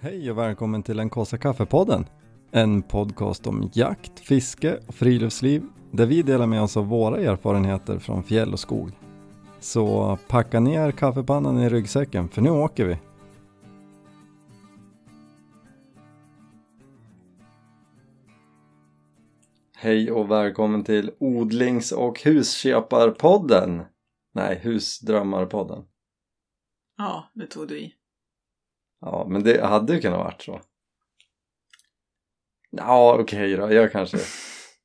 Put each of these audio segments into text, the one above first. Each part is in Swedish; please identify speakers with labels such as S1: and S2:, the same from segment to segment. S1: Hej och välkommen till den kaffe kaffepodden. En podcast om jakt, fiske och friluftsliv där vi delar med oss av våra erfarenheter från fjäll och skog. Så packa ner kaffepannan i ryggsäcken för nu åker vi. Hej och välkommen till odlings och husköparpodden. Nej, husdrömmarpodden.
S2: Ja, nu tog du i.
S1: Ja, men det hade ju kunnat varit så. Ja, okej då. Jag kanske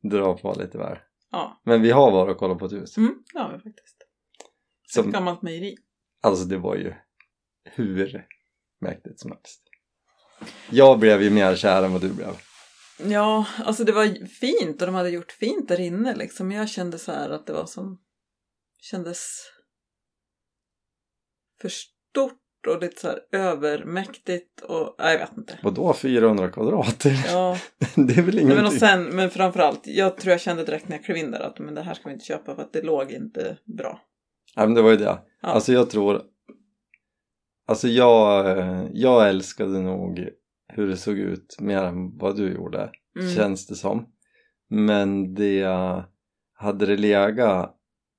S1: drar på lite där.
S2: Ja,
S1: Men vi har varit och kollat på ett hus.
S2: mm, det har vi faktiskt. Ett
S1: Som,
S2: gammalt mejeri.
S1: alltså det var ju hur mäktigt som helst. Jag blev ju mer kär än vad du blev.
S2: Ja, alltså det var fint och de hade gjort fint där inne liksom. Men Jag kände så här att det var som kändes för stort och lite så här övermäktigt och nej, jag vet inte.
S1: Vadå 400 kvadrat?
S2: Ja,
S1: Det är väl
S2: nej, men och
S1: ingenting?
S2: sen, men framförallt, jag tror jag kände direkt när jag klev in där att men det här ska vi inte köpa för att det låg inte bra.
S1: Nej, men det var ju det.
S2: Ja.
S1: Alltså jag tror... Alltså jag, eh, jag älskade nog hur det såg ut mer än vad du gjorde.
S2: Mm.
S1: känns det som men det hade det legat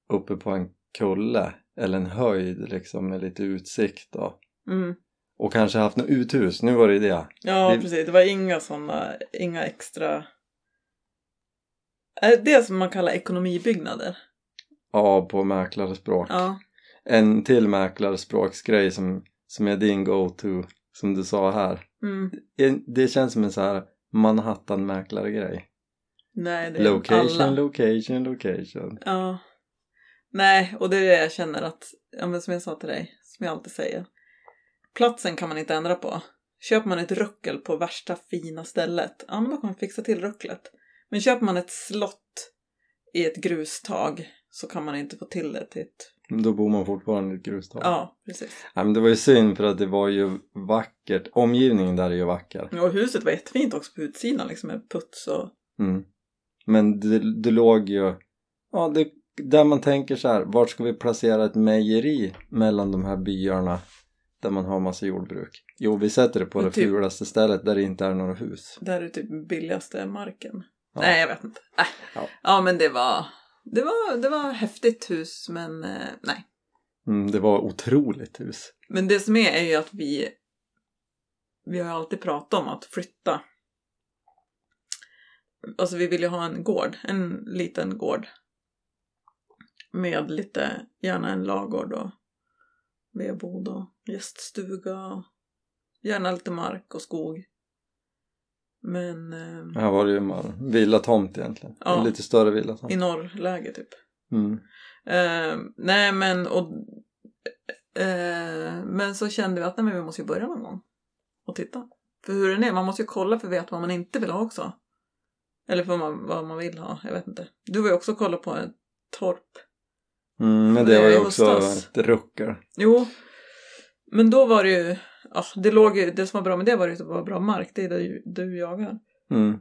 S1: uppe på en kulle eller en höjd liksom med lite utsikt då
S2: Mm.
S1: och kanske haft något uthus, nu var det ju det
S2: Ja,
S1: Det-
S2: precis. Det var inga sådana, inga extra... Är det som man kallar ekonomibyggnader?
S1: ja på mäklarspråk
S2: Ja.
S1: en till mäklarspråksgrej som, som är din go-to som du sa här
S2: Mm.
S1: En- det känns som en så här Manhattan mäklargrej
S2: Nej, det är
S1: location,
S2: alla.
S1: location, location
S2: Ja. Nej, och det är det jag känner att, ja, men som jag sa till dig, som jag alltid säger. Platsen kan man inte ändra på. Köper man ett ruckel på värsta fina stället, ja men då kan man fixa till rucklet. Men köper man ett slott i ett grustag så kan man inte få till det till ett...
S1: då bor man fortfarande i ett grustag
S2: Ja, precis.
S1: Nej, men det var ju synd för att det var ju vackert. Omgivningen där är ju vacker.
S2: Och huset var jättefint också på utsidan liksom med puts och
S1: Mm. Men det, det låg ju... Ja, det, där man tänker så här. Vart ska vi placera ett mejeri mellan de här byarna där man har massa jordbruk? Jo, vi sätter det på
S2: Men
S1: det
S2: typ-
S1: fulaste stället där det inte är några hus.
S2: Där är typ billigaste marken.
S1: Ja.
S2: Nej, jag vet inte. Äh.
S1: Ja.
S2: Ja. men det var, det var... Det var häftigt hus, men eh, nej.
S1: Mm, det var otroligt hus.
S2: Men det som är är ju att vi... Vi har ju alltid pratat om att flytta. Alltså vi vill ju ha en gård, en liten gård. Med lite, gärna en lagård och vedbod och gäststuga och gärna lite mark och skog. Men... ehm,
S1: Här var det ju en villatomt egentligen.
S2: Ja.
S1: En lite större
S2: I
S1: villatomt.
S2: norrläge typ.
S1: Mm.
S2: Eh, nej men och... Eh, men så kände vi att nej, men vi måste ju börja någon gång. Och titta. För hur den är, man måste ju kolla för att veta vad man inte vill ha också. Eller för man, vad man vill ha, jag vet inte. Du var ju också och kollade på ett torp.
S1: Mm, men det
S2: Det
S1: var ju
S2: är
S1: också
S2: höstas.
S1: ett ruckel.
S2: Jo, men då var det ju... Ja, det, låg, ju- det som var bra med det var ju att det var bra mark, det är där ju- du jagar.
S1: Mm.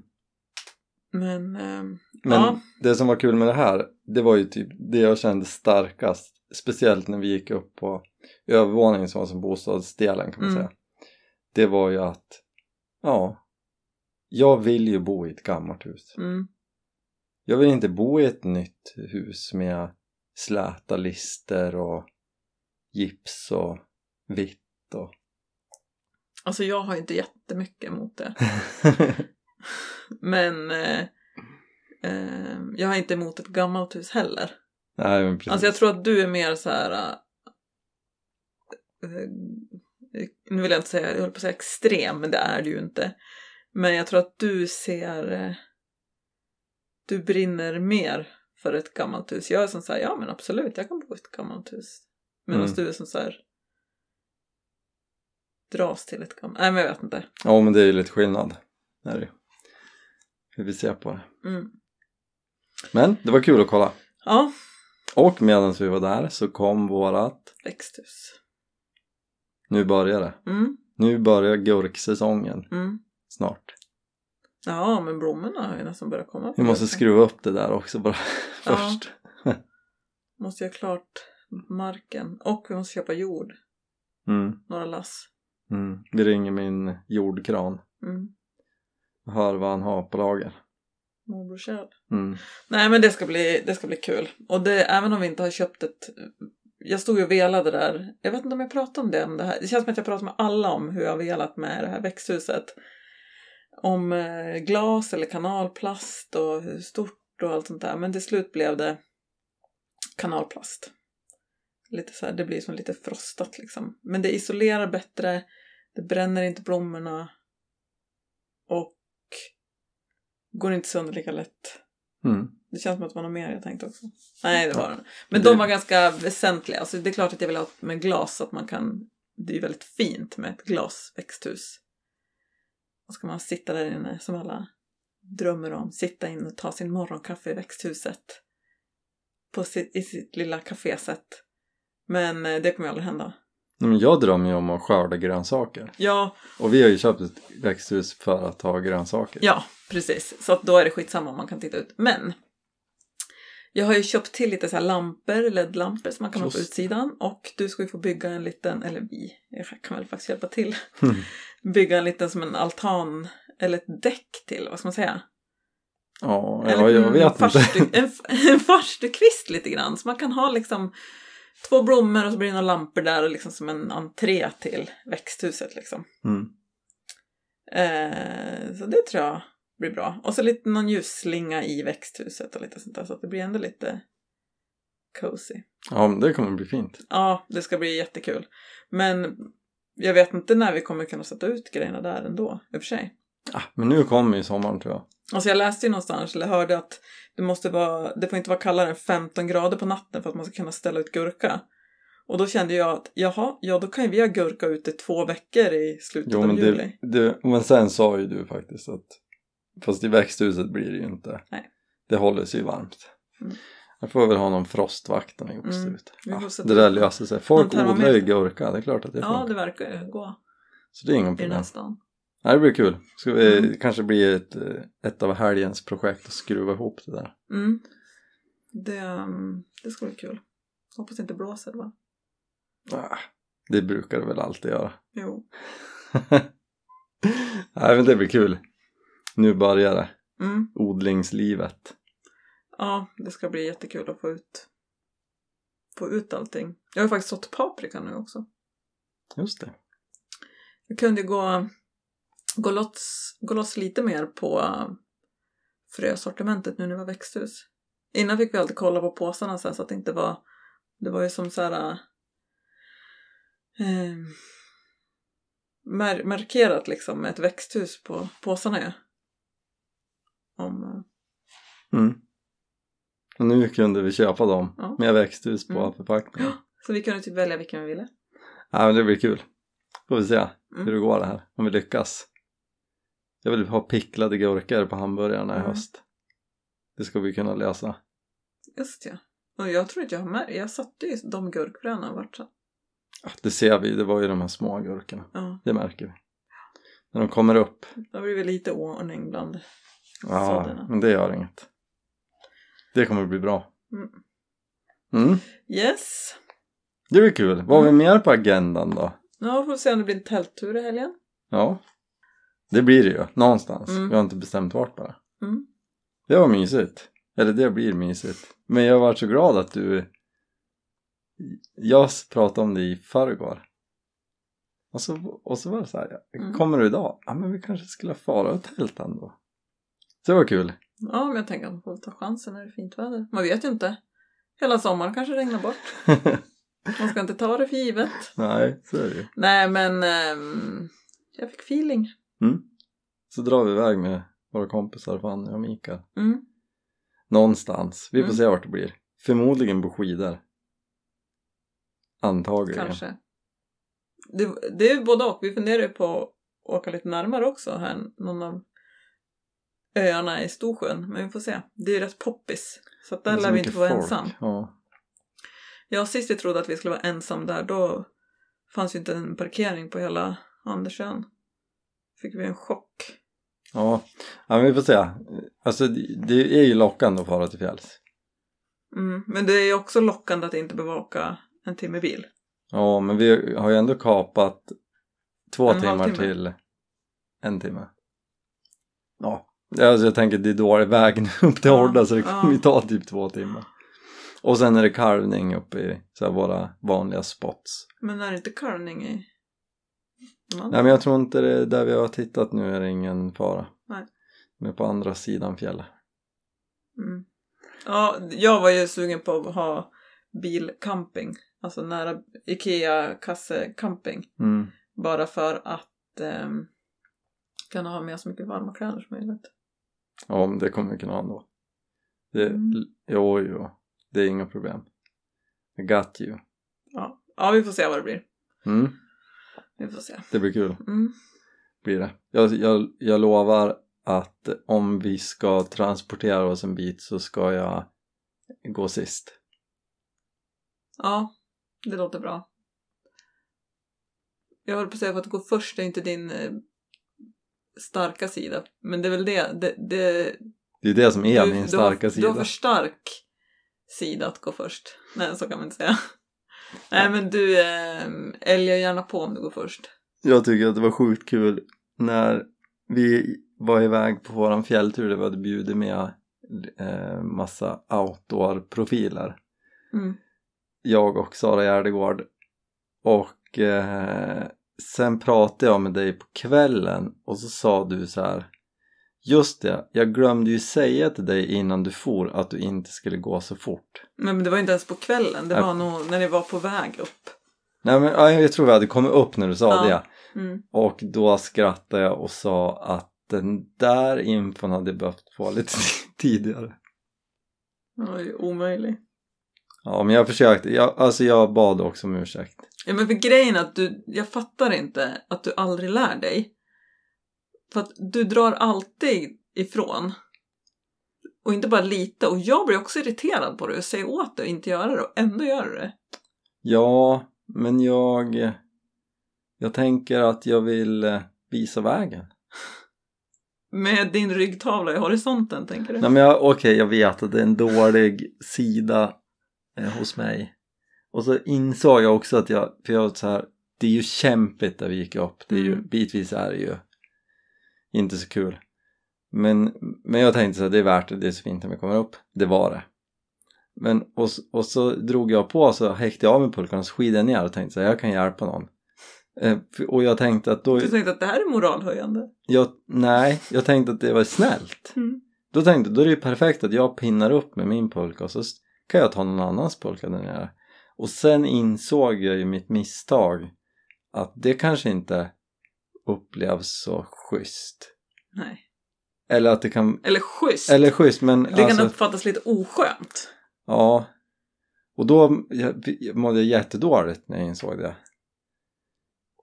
S2: Men... ehm,
S1: Men
S2: Ja.
S1: det som var kul med det här, det var ju typ det jag kände starkast. Speciellt när vi gick upp på övervåningen som var som bostadsdelen kan man
S2: Mm.
S1: säga. Det var ju att, ja, jag vill ju bo i ett gammalt hus.
S2: mm,
S1: Jag vill inte bo i ett nytt hus med släta lister och gips och vitt.
S2: alltså jag har ju inte jättemycket emot det. Men eh, eh, jag har inte emot ett gammalt hus heller.
S1: Nej men precis.
S2: Alltså jag tror att du är mer så här. eh, nu vill jag inte säga, jag höll på att säga extrem, men det är du ju inte. Men jag tror att du ser... eh, du brinner mer för ett gammalt hus. Jag är som så här, ja men absolut, jag kan bo i ett gammalt hus. Medan
S1: Mm.
S2: du är som så här dras till ett gammalt... Nej men jag vet inte.
S1: Ja men det är ju lite skillnad. Det är det ju. Hur vi ser på det.
S2: Mm.
S1: Men det var kul att kolla.
S2: Ja,
S1: Och medan vi var där så kom vårat,
S2: växthus.
S1: nu börjar det,
S2: Mm,
S1: nu börjar gurksäsongen
S2: mm.
S1: snart.
S2: Ja, men blommorna har ju nästan börjat komma.
S1: Vi måste skruva upp det där också bara
S2: Ja.
S1: först.
S2: måste göra klart marken och vi måste köpa jord,
S1: Mm.
S2: några lass.
S1: Mm. Vi ringer min jordkran
S2: Mm.
S1: och hör vad han har på lager.
S2: Morbror Kjell.
S1: Mm.
S2: Nej men det ska bli, det ska bli kul. Och det, även om vi inte har köpt ett... Jag stod ju och velade där. Jag vet inte om jag pratade om det, om det här. Det känns som att jag pratar med alla om hur jag har velat med det här växthuset. Om eh, glas eller kanalplast och hur stort och allt sånt där. Men till slut blev det kanalplast. Lite så här, det blir som lite frostat liksom. Men det isolerar bättre, det bränner inte blommorna och går inte sönder lika lätt.
S1: Mm.
S2: Det känns som att det var något mer jag tänkte också. Nej, det var det. Men
S1: Men det-
S2: de var ganska väsentliga. Alltså, det är klart att jag vill ha med glas så att man kan... Det är ju väldigt fint med ett glasväxthus. Och ska man sitta där inne som alla drömmer om. Sitta in och ta sin morgonkaffe i växthuset. På sitt, I sitt lilla kafésätt. Men eh, det kommer ju aldrig hända.
S1: Nej, Men jag drömmer ju om att skörda grönsaker.
S2: Ja,
S1: Och vi har ju köpt ett växthus för att ha grönsaker.
S2: Ja, precis. Så att då är det skitsamma om man kan titta ut. Men jag har ju köpt till lite så här lampor, LED-lampor som man kan ha på
S1: Just.
S2: utsidan. Och du ska ju få bygga en liten, eller vi, jag kan väl faktiskt hjälpa till,
S1: Mm.
S2: bygga en liten som en altan eller ett däck till, vad ska man säga?
S1: Ja,
S2: En
S1: ja jag
S2: liten
S1: vet inte.
S2: farstu- En, f- en farstukvist lite grann. Så man kan ha liksom två blommor och så blir det några lampor där och liksom som en entré till växthuset liksom.
S1: Mm.
S2: Eh, så det tror jag blir bra. Och så lite någon ljusslinga i växthuset och lite sånt där så att det blir ändå lite cozy.
S1: Ja, men det kommer bli fint.
S2: Ja, det ska bli jättekul. Men jag vet inte när vi kommer kunna sätta ut grejerna där ändå, i och för sig.
S1: Ah, men nu kommer ju sommaren tror jag.
S2: Alltså jag läste ju någonstans, eller hörde att det, måste vara, det får inte vara kallare än 15 grader på natten för att man ska kunna ställa ut gurka. Och då kände jag att jaha, ja då kan ju vi ha gurka ute två veckor i slutet
S1: Jo,
S2: av
S1: men,
S2: Typ juli.
S1: det, det, men sen sa ju du faktiskt att fast i växthuset blir det ju inte.
S2: Nej.
S1: Det håller sig ju varmt.
S2: Mm.
S1: Jag får väl ha någon frostvakt när vi går
S2: Mm,
S1: ut.
S2: vi får sätta
S1: det där
S2: upp
S1: löser sig. Folk
S2: någon
S1: odlar ju
S2: termometer.
S1: gurka, det är klart att det
S2: Ja,
S1: funkar.
S2: det verkar ju gå
S1: Så det är inga
S2: i den
S1: problem.
S2: här stan.
S1: Nej, det blir kul. Ska vi,
S2: Mm.
S1: kanske blir ett, eh, ett av helgens projekt att skruva ihop det där.
S2: Mm. Det, um, det ska bli kul. Hoppas det inte blåser va?
S1: Ah, det brukar det väl alltid göra.
S2: Jo.
S1: Nej, men det blir kul. Nu börjar det.
S2: Mm.
S1: Odlingslivet.
S2: Ja, det ska bli jättekul att få ut, få ut allting. Jag har ju faktiskt sått paprika nu också.
S1: Just det.
S2: Jag kunde ju gå, gå, loss, gå loss lite mer på uh, frösortimentet nu när det var växthus. Innan fick vi alltid kolla på påsarna så, här, så att det inte var... Det var ju som så här... eh, mar- markerat liksom med ett växthus på påsarna ju. Om, eh,
S1: Mm. Och nu kunde vi köpa dem
S2: Ja.
S1: med växthus på
S2: Mm.
S1: förpackningen.
S2: så vi kunde typ välja vilken vi ville.
S1: Ja, men det blir kul. Får vi se hur
S2: Mm.
S1: det går det här, om vi lyckas. Jag vill ha picklade gurkor på hamburgarna i
S2: Mm.
S1: höst. Det ska vi kunna lösa.
S2: Just ja. Och jag tror inte jag har med Jag satte ju de gurkfröna vart. så-
S1: Ja, Det ser vi, det var ju de här små gurkorna.
S2: Ja,
S1: Det märker vi. När de kommer upp.
S2: det blir väl lite ordning bland
S1: Ja,
S2: sådana.
S1: men det gör inget. Det kommer bli bra.
S2: Mm.
S1: Mm.
S2: Yes.
S1: Det blir kul. Vad har
S2: Mm.
S1: vi mer på agendan då?
S2: Ja, får vi se om det blir en tälttur i helgen.
S1: Ja, det blir det ju. Någonstans.
S2: Mm.
S1: Vi har inte bestämt vart bara.
S2: Mm.
S1: Det var mysigt. Eller det blir mysigt. Men jag var så glad att du... Jag s- pratade om det i förrgår. Och så, och så var det så här, ja,
S2: Mm.
S1: kommer du idag? Ja men vi kanske skulle fara och tälta ändå. Så det var kul.
S2: Ja, men jag tänker att man får ta chansen när det är fint väder. Man vet ju inte. Hela sommaren kanske regnar bort. Man ska inte ta det för givet.
S1: Nej, så är det ju.
S2: Nej, men ehm, jag fick feeling.
S1: Så drar vi iväg med våra kompisar Fanny och Mikael.
S2: Mm.
S1: Någonstans. Vi får
S2: Mm.
S1: se vart det blir. Förmodligen på skidor. Antagligen.
S2: Kanske. Det, det är ju både och. Vi funderar ju på att åka lite närmare också här. Någon av öarna i Storsjön. Men vi får se. Det är ju rätt poppis. Så att
S1: Det är
S2: där
S1: så
S2: lär vi
S1: mycket
S2: inte vara
S1: folk.
S2: ensam.
S1: Ja.
S2: Ja, sist vi trodde att vi skulle vara ensam där då fanns ju inte en parkering på hela Andersön. Fick vi en chock.
S1: Ja, ja men vi får se. Alltså det det är ju lockande att fara till fjälls.
S2: Mm. Men det är ju också lockande att inte behöva åka en timme bil.
S1: Ja, men vi har ju ändå kapat Två
S2: En
S1: timmar
S2: halvtimme.
S1: till en timme. Ja, alltså jag tänker det är dålig väg nu upp till
S2: Ja,
S1: Horda så det kommer ju
S2: ja.
S1: ta typ två timmar. Och sen är det karvning uppe i så här våra vanliga spots.
S2: Men är det inte curling i de andra?
S1: Nej men jag tror inte det där vi har tittat nu är det ingen fara.
S2: Nej.
S1: Men på andra sidan fjället.
S2: Mm. Ja, jag var ju sugen på att ha bilcamping. Alltså nära Ikea-kasse-camping.
S1: Mm.
S2: Bara för att ehm, kunna ha med så mycket varma kläder som möjligt.
S1: Ja men det kommer vi kunna ha ändå. Det,
S2: Mm.
S1: Jo jo, det är inga problem. I got you.
S2: Ja. ja, vi får se vad det blir.
S1: Mm.
S2: Vi får se.
S1: Det blir kul.
S2: Mm.
S1: blir det. Jag, jag, jag lovar att om vi ska transportera oss en bit så ska jag gå sist.
S2: Ja, det låter bra. Jag höll på att säga för att gå först är inte din eh, starka sida. Men det är väl det. det, det
S1: Det är det som är
S2: du-
S1: min
S2: du har-
S1: starka
S2: Du har
S1: sida.
S2: för stark sida att gå först. Nej, så kan man inte säga. Nej, men du eh, älgar gärna på om du går först.
S1: Jag tycker att det var sjukt kul när vi var iväg på våran fjälltur där vi hade bjudit med eh, massa outdoor-profiler.
S2: Mm.
S1: jag och Sara Gärdegård och eh, sen pratade jag med dig på kvällen och så sa du så här just det, jag glömde ju säga till dig innan du for att du inte skulle gå så fort
S2: Men men det var inte ens på kvällen, det
S1: Nej.
S2: var nog när ni var på väg upp.
S1: nej men ja, jag tror vi hade kommit upp när du sa
S2: Ja.
S1: det
S2: Mm.
S1: och då skrattade jag och sa att den där infon hade jag behövt få lite tidigare
S2: Det var ju omöjligt.
S1: ja men jag försökte, jag, alltså jag bad också om ursäkt
S2: Ja, men för grejen är att du, jag fattar inte att du aldrig lär dig. För att du drar alltid ifrån. Och inte bara lite. Och jag blir också irriterad på det och säger åt dig att inte göra det och ändå gör du det.
S1: Ja, men jag... Jag tänker att jag vill eh, visa vägen.
S2: Med din ryggtavla i horisonten, tänker du?
S1: Nej men jag- okej, jag vet att det är en dålig sida eh, hos mig. Och så insåg jag också att jag, för jag var så här, det är ju kämpigt där vi gick upp. Det är ju,
S2: Mm.
S1: bitvis är det ju inte så kul. Men, men jag tänkte så här, det är värt det, det är så fint när vi kommer upp. Det var det. Men, och, s- och så drog jag på, så häckte jag av mig pulkan och så skidade jag ner och tänkte så här, jag kan hjälpa någon. Eh, för- och jag tänkte att då,
S2: Du tänkte att det här är moralhöjande?
S1: jag, nej, jag tänkte att det var snällt.
S2: Mm.
S1: Då tänkte jag, då är det ju perfekt att jag pinnar upp med min pulka och så s- kan jag ta någon annans pulka där nere. Och sen insåg jag ju mitt misstag att det kanske inte upplevs så schysst.
S2: Nej.
S1: Eller att det kan,
S2: Eller schysst.
S1: eller schysst men
S2: det
S1: alltså,
S2: kan uppfattas lite oskönt.
S1: ja. Och då jag, jag mådde jag jättedåligt när jag insåg det.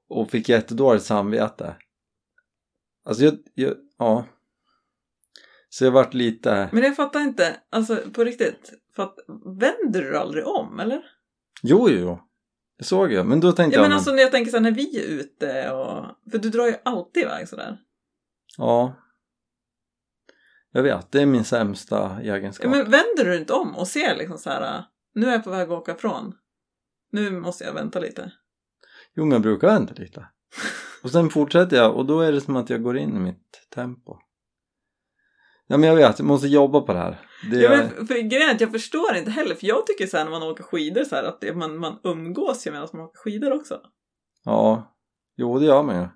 S1: Och fick jättedåligt samvete. Alltså jag, jag ja. Så jag vart lite...
S2: Men jag fattar inte, alltså på riktigt. För att, vänder du aldrig om, eller?
S1: Jo, jo, jo. Det såg jag. Men då tänkte
S2: Ja,
S1: jag...
S2: men alltså när jag tänker så här, när vi är ute och... För du drar ju alltid iväg sådär.
S1: Ja. Jag vet, det är min sämsta
S2: Ja,
S1: egenskap.
S2: men vänder du inte om och ser liksom så här, nu är jag på väg att åka från. Nu måste jag vänta lite.
S1: Jo, men jag brukar vänta lite. Och sen fortsätter jag och då är det som att jag går in i mitt tempo. Ja, men jag vet, jag måste jobba på det här. Det
S2: Ja,
S1: är...
S2: men för, för grejen är att jag förstår inte heller, för jag tycker så här när man åker skidor så här att det, man, man umgås ju medan man åker skidor också.
S1: ja. Jo, det gör man ju.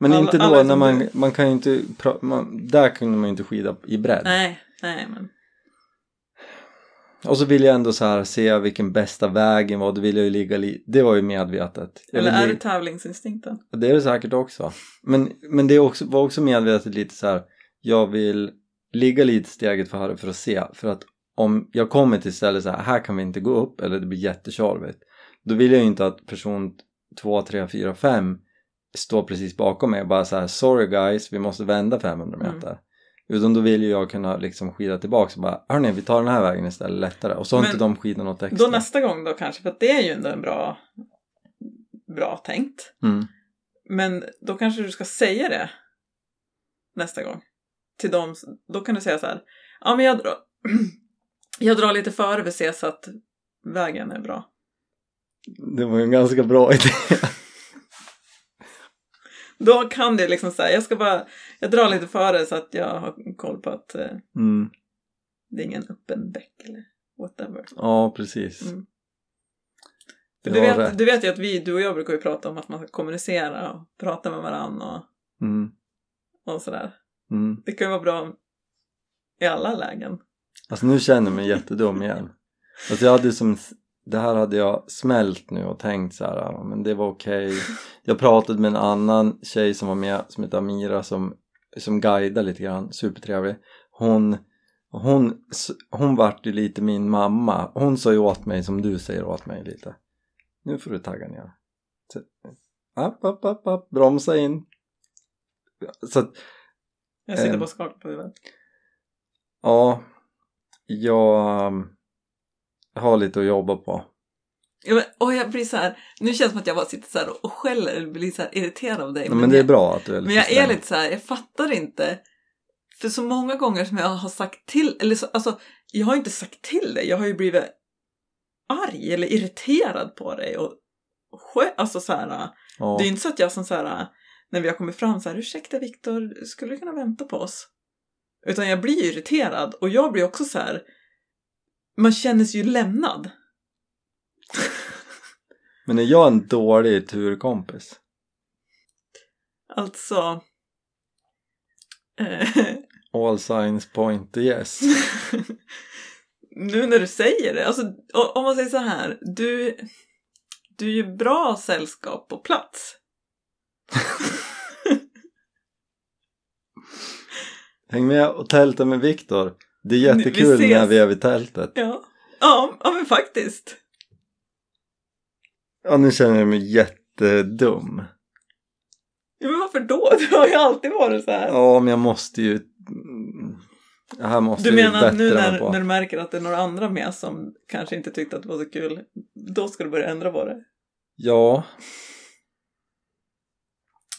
S1: Men
S2: Alla-
S1: inte då
S2: alla som
S1: när man,
S2: du.
S1: man kan ju inte, pra- man, där kunde man ju inte skida i bredd.
S2: Nej, nej men.
S1: Och så vill jag ändå så här se vilken bästa vägen var, då vill jag ju ligga li- det var ju medvetet. Jag
S2: Eller
S1: vill
S2: är
S1: li-
S2: det tävlingsinstinkten?
S1: Det är det säkert också. Men, men det är också, var också medvetet lite så här. jag vill ligga lite steget före för att se. För att om jag kommer till stället så här, här kan vi inte gå upp eller det blir jättetjorvigt. Då vill jag ju inte att person 2, 3, 4, 5 står precis bakom mig och bara så här, sorry guys, vi måste vända 500
S2: Mm.
S1: meter. Utan då vill ju jag kunna liksom skida tillbaka och bara, hörni vi tar den här vägen istället lättare. Och så har
S2: Men
S1: inte de skidat något extra.
S2: Då nästa gång då kanske, för att det är ju ändå en bra, bra tänkt.
S1: Mm.
S2: Men då kanske du ska säga det nästa gång. Till dem, då kan du säga så här, ja men jag drar, jag drar lite före för att se så att vägen är bra.
S1: Det var ju en ganska bra idé.
S2: Då kan det liksom säga, jag ska bara, jag drar lite före så att jag har koll på att eh,
S1: Mm.
S2: det är ingen öppen bäck eller whatever.
S1: Ja, precis.
S2: Mm. För
S1: Det
S2: du,
S1: var
S2: vet,
S1: rätt.
S2: du vet ju att vi, du och jag brukar ju prata om att man ska kommunicera och prata med varandra
S1: Mm.
S2: och, och sådär.
S1: Mm.
S2: Det kan ju vara bra i alla lägen.
S1: Alltså nu känner jag mig jättedum igen. Alltså jag hade ju som, det här hade jag smält nu och tänkt så här, ja, men det var okej. Jag pratade med en annan tjej som var med som heter Amira som, som guidade lite grann, supertrevlig. Hon, hon, s- hon vart ju lite min mamma. Hon sa ju åt mig som du säger åt mig lite. Nu får du tagga ner. Så- App, app, app, app, bromsa in. Så att
S2: Jag sitter
S1: Ehm.
S2: bara och skakar på huvudet.
S1: Ja, jag um, har lite att jobba på.
S2: Ja, men, åh, jag blir så här, nu känns det som att jag bara sitter så här och skäller eller blir så här irriterad av dig.
S1: Men, men det är
S2: jag,
S1: bra att du är lite
S2: men jag är
S1: sträng.
S2: lite så här, jag fattar inte. För så många gånger som jag har sagt till, eller så, alltså jag har inte sagt till dig, jag har ju blivit arg eller irriterad på dig och skö- alltså så här,
S1: Ja,
S2: Det är ju inte så att jag som så här, när vi har kommit fram så här, ursäkta Viktor, skulle du kunna vänta på oss? Utan jag blir ju irriterad och jag blir också så här, man känner sig ju lämnad.
S1: Men är jag en dålig turkompis?
S2: Alltså... eh,
S1: All signs point to yes.
S2: nu när du säger det, alltså o- om man säger så här, du, du är ju bra sällskap på plats.
S1: Häng med och tälta med Viktor. Det är
S2: Vi
S1: jättekul
S2: ses.
S1: när vi är vid tältet.
S2: Ja, ja, ja men faktiskt.
S1: Ja, nu känner jag mig jättedum.
S2: Ja, men varför då? Du har ju alltid varit så här.
S1: Ja, men jag måste ju... mm, Det här måste
S2: Du
S1: jag ju
S2: menar att nu
S1: bättra mig
S2: när,
S1: på.
S2: när du märker att det är några andra med som kanske inte tyckte att det var så kul, då ska du börja ändra på det?
S1: Ja,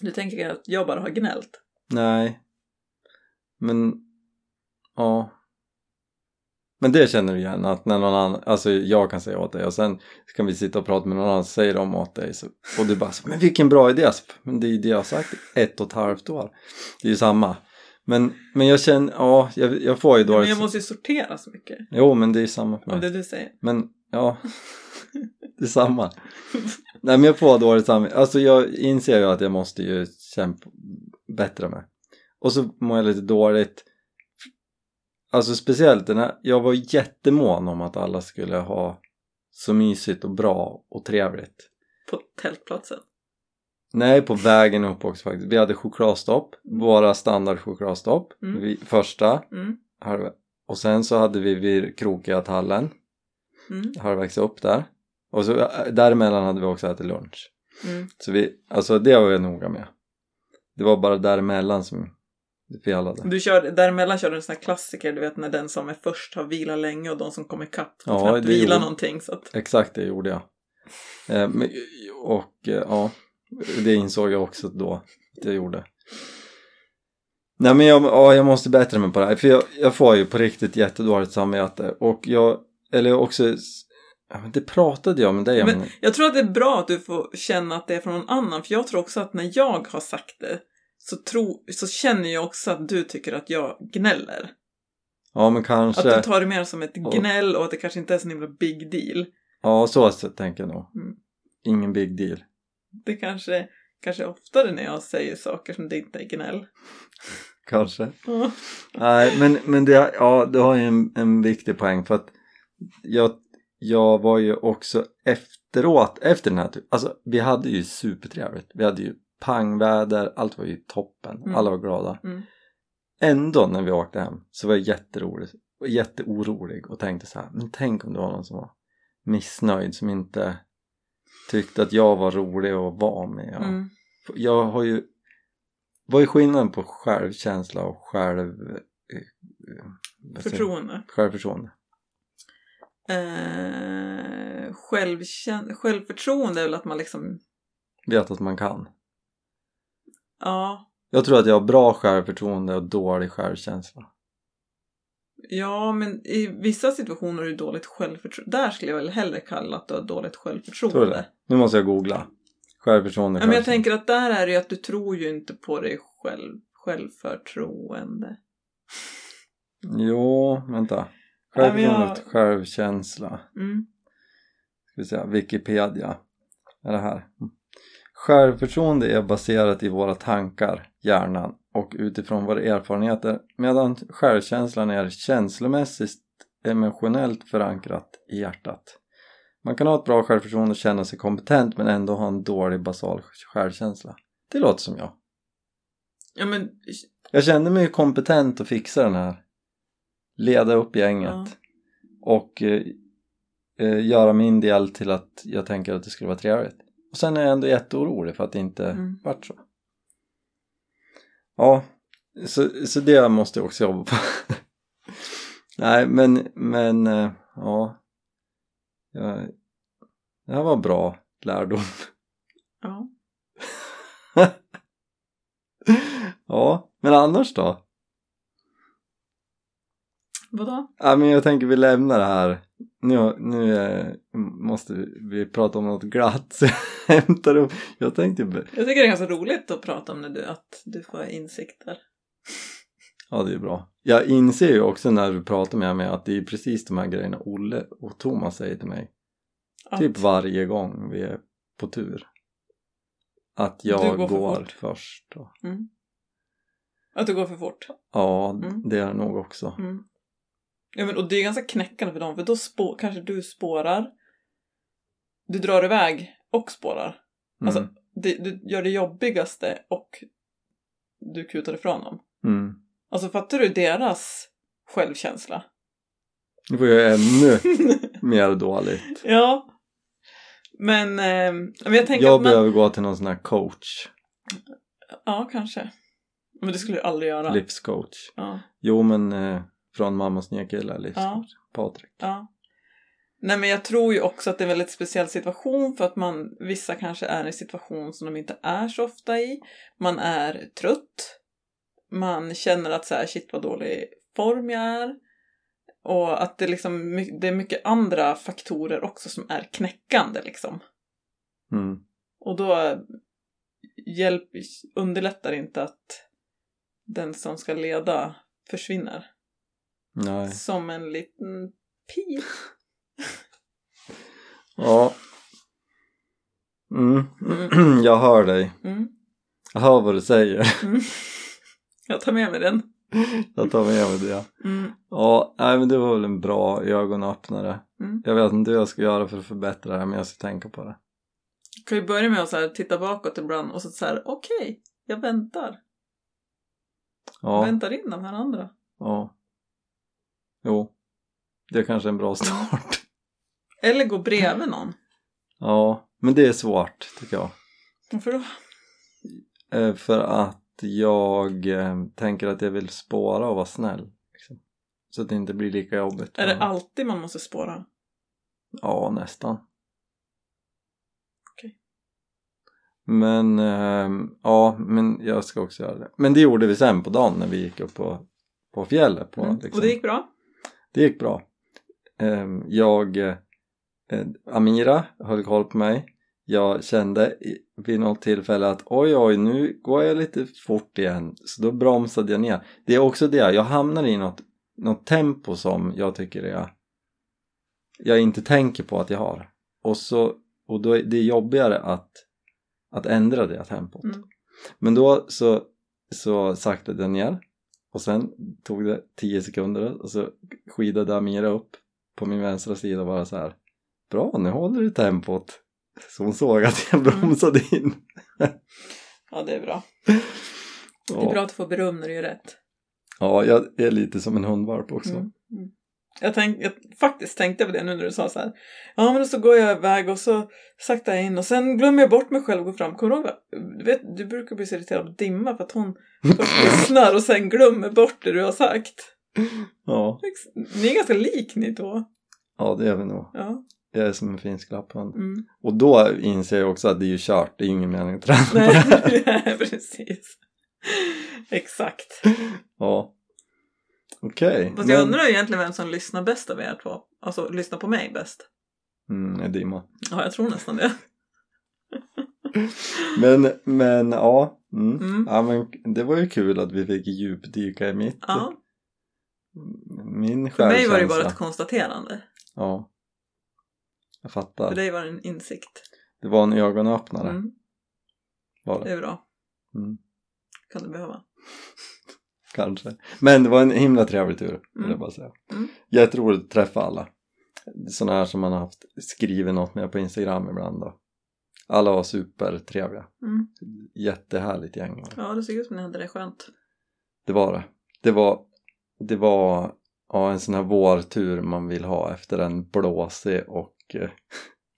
S2: Du tänker att jag bara har gnällt?
S1: nej. Men, ja. Men det känner du igen att när någon annan, alltså jag kan säga åt dig och sen kan vi sitta och prata med någon annan så säger de åt dig så, och du bara så, men vilken bra idé Asp. Men det är ju det jag har sagt i ett och ett halvt år. Det är ju samma. Men, men jag känner, ja, jag, jag får ju
S2: Men
S1: dåligt...
S2: jag måste ju sortera så mycket
S1: Jo, men det är samma för
S2: av
S1: mig.
S2: det du säger.
S1: Men ja, det är samma. Nej men jag får dåligt samvete. Alltså jag inser ju att jag måste ju kämpa bättre med. Och så mår jag lite dåligt. Alltså speciellt den här, jag var jättemån om att alla skulle ha så mysigt och bra och trevligt.
S2: På tältplatsen.
S1: Nej, på vägen upp också faktiskt. Vi hade chokladstopp, våra standardchokladstopp.
S2: Mm.
S1: Vi, första,
S2: Mm.
S1: halv- och sen så hade vi vid Krokiatallen
S2: Mm.
S1: halvvägs upp där och så eh, däremellan hade vi också ätit lunch
S2: Mm.
S1: så vi, alltså det var jag noga med det var bara däremellan som det felade
S2: Du kör, däremellan kör du en sån här klassiker, du vet när den som är först har vilat länge och de som kommer kapp får
S1: Ja,
S2: knappt
S1: det
S2: vila
S1: gjorde-
S2: någonting. Så att,
S1: exakt det gjorde jag eh, men, och eh, ja det insåg jag också då att jag gjorde nej men jag, ja, jag måste bättra mig på det här för jag, jag får ju på riktigt jättedåligt samvete och jag, eller också ja, men det pratade jag med dig om
S2: Men- jag tror att det är bra att du får känna att det är från någon annan, för jag tror också att när jag har sagt det så, tro, så känner jag också att du tycker att jag gnäller.
S1: ja men kanske
S2: Att du tar det mer som ett
S1: Ja.
S2: gnäll och att det kanske inte är så himla big deal.
S1: Ja, så sätt tänker jag nog.
S2: Mm.
S1: Ingen big deal.
S2: Det kanske, kanske är oftare när jag säger saker som det inte är gnäll.
S1: Kanske.
S2: Ja.
S1: Nej, men, men det, ja, du har ju en, en viktig poäng för att jag, jag var ju också efteråt, efter den här turen, alltså vi hade ju supertrevligt. Vi hade ju pangväder, allt var ju toppen,
S2: Mm.
S1: alla var glada.
S2: Mm.
S1: Ändå när vi åkte hem så var jag jätterolig, och jätteorolig och tänkte så här, men tänk om det var någon som var missnöjd som inte tyckte att jag var rolig att vara med. och-
S2: Mm.
S1: jag har ju vad är skillnaden på självkänsla och själv eh, eh, vad säger-
S2: Förtroende.
S1: självförtroende
S2: Eh, självkän- självförtroende är väl att man liksom,
S1: vet att man kan
S2: ja,
S1: jag tror att jag har bra självförtroende och dålig självkänsla
S2: ja men i vissa situationer är det dåligt självförtroende. Där skulle jag väl hellre kalla att du har dåligt
S1: tror du
S2: självförtroende.
S1: det? nu måste jag googla Självförtroende
S2: Ja, men jag
S1: kanske.
S2: tänker att där är det ju att du tror ju inte på dig själv. Självförtroende.
S1: Jo, vänta.
S2: Ja, men jag-
S1: Självförtroende, självkänsla.
S2: Mm.
S1: Ska vi säga, Wikipedia. Är det här. Självförtroende är baserat i våra tankar, hjärnan och utifrån våra erfarenheter medan självkänslan är känslomässigt emotionellt förankrat i hjärtat. Man kan ha ett bra självförtroende och känna sig kompetent men ändå ha en dålig basal självkänsla. Det låter som jag.
S2: Ja, men
S1: Jag kände mig ju kompetent att fixa den här. Leda upp gänget.
S2: Ja.
S1: Och eh, eh, göra min del till att jag tänker att det skulle vara trevligt. Och sen är jag ändå jätteorolig för att det inte
S2: Mm.
S1: vart så. Ja, så, så det måste jag också jobba på. Nej, men, men eh, ja. ja. Det här var bra lärdom.
S2: ja.
S1: ja, men annars då?
S2: Vadå?
S1: Ja, men jag tänker vi lämnar det här. Nu, nu eh, måste vi, vi prata om något glatt. Så jag hämtar upp. Jag tänkte ju-
S2: Jag tycker det är ganska roligt att prata om när du, att du får insikter.
S1: Ja, det är bra. Jag inser ju också när du pratar med mig att det är precis de här grejerna Olle och Thomas säger till mig.
S2: Att
S1: Typ varje gång vi är på tur. Att jag
S2: Du går
S1: går,
S2: för fort.
S1: först. Och,
S2: Att du går för fort.
S1: ja,
S2: Mm.
S1: det är det nog också.
S2: Mm. Ja, men, och det är ganska knäckande för dem, för då spå, kanske du spårar. Du drar iväg och spårar. Alltså-
S1: Mm.
S2: Det, du gör det jobbigaste och du kutar ifrån dem.
S1: Mm.
S2: Alltså fattar du deras självkänsla?
S1: Nu får jag ännu mer dåligt.
S2: ja. Men, eh, men jag tänker
S1: Jag
S2: att man...
S1: behöver gå till någon sån här coach.
S2: Ja, kanske. Men det skulle du aldrig göra.
S1: Livscoach.
S2: Ja.
S1: Jo men eh, från mammas nya kille, livscoach. Patrik.
S2: Ja. Nej men jag tror ju också att det är en väldigt speciell situation för att man, vissa kanske är i en situation som de inte är så ofta i. Man är trött. Man känner att så här, shit vad dålig form jag är. Och att det, liksom, my- det är mycket andra faktorer också som är knäckande liksom.
S1: Mm.
S2: Och då hjälp, underlättar inte att den som ska leda försvinner.
S1: Nej.
S2: Som en liten pil.
S1: Ja. Mm. Jag hör dig.
S2: Mm.
S1: Jag hör vad du säger.
S2: Mm. Jag tar med mig den.
S1: Jag tar med mig det.
S2: Mm.
S1: Ja, nej, men det var väl en bra ögonöppnare.
S2: Mm.
S1: Jag vet inte hur jag ska göra för att förbättra det här men jag ska tänka på det.
S2: Kan ju börja med att så här, titta bakåt ibland och så, så här, okej, jag väntar. Jag
S1: Ja.
S2: Väntar in de här andra.
S1: ja. Jo. Det är kanske är en bra start.
S2: Eller gå bredvid någon.
S1: Ja. Men det är svårt tycker jag.
S2: För då,
S1: Eh, För att jag eh, tänker att jag vill spåra och vara snäll. Liksom. Så att det inte blir lika jobbigt.
S2: är det alltid man måste spåra?
S1: Ja, nästan.
S2: Okej.
S1: Men, ehm, ja, men jag ska också göra det. Men det gjorde vi sen på dagen när vi gick upp på, på fjället. På,
S2: Mm.
S1: liksom.
S2: Och det gick bra?
S1: Det gick bra. Ehm, Jag, eh, eh, Amira höll koll på mig. Jag kände i- vid något tillfälle att oj, oj, nu går jag lite fort igen. Så då bromsade jag ner. Det är också det, jag hamnar i något, något tempo som jag tycker är jag inte tänker på att jag har. Och, så, och då är det jobbigare att, att ändra det tempot.
S2: Mm.
S1: Men då så, så saktade jag ner och sen tog det 10 sekunder och så skidade Amira upp på min vänstra sida och bara så här Bra, nu håller du tempot. Så hon såg att jag
S2: Mm.
S1: bromsade in.
S2: Ja, det är bra. Det är
S1: Ja,
S2: bra att få beröm när du gör rätt.
S1: ja jag är lite som en hundvalp också.
S2: Mm. Mm. Jag, tänk, jag faktiskt tänkte på det nu när du sa så här. Ja, men så går jag iväg och så saktar jag in och sen glömmer jag bort mig själv och går fram. Kommer du ihåg? vad- Du, vet, du brukar bli så irriterad på Dimma för att hon först lyssnar och sen glömmer bort det du har sagt.
S1: Ja,
S2: Ni är ganska lik ni två.
S1: ja, det är vi nog.
S2: Ja.
S1: Jag är Eh, som en finsk lapphund.
S2: Mm.
S1: Och då inser jag också att det är ju kört, det är ju ingen mening att träna på det
S2: Nej,
S1: här.
S2: nej, precis. Exakt.
S1: Ja. Okej.
S2: Fast jag
S1: men-
S2: undrar egentligen vem som lyssnar bäst av er två. Alltså lyssnar på mig bäst.
S1: Mm, nej, Dimma.
S2: Ja, jag tror nästan det.
S1: Men, men ja. Mm.
S2: Mm.
S1: ja men det var ju kul att vi fick djupdyka i mitt.
S2: Ja,
S1: Min
S2: för mig
S1: självkänsla.
S2: var det bara ett konstaterande.
S1: Ja. Jag
S2: För
S1: fattar.
S2: dig var det en insikt.
S1: Det var en ögonöppnare
S2: Mm,
S1: var
S2: det
S1: det.
S2: är bra.
S1: Mm.
S2: Kan du behöva.
S1: Kanske. Men det var en himla trevlig tur vill
S2: Mm.
S1: jag bara säga.
S2: Mm.
S1: Jätteroligt att träffa alla. Sådana här som man har haft skrivit något med på Instagram ibland då. Alla var supertrevliga.
S2: Mm.
S1: Jättehärligt gäng.
S2: Ja, det såg ut som ni hade det skönt.
S1: Det var det. Det var, det var ja, en sån här vårtur man vill ha efter en blåsig och eh,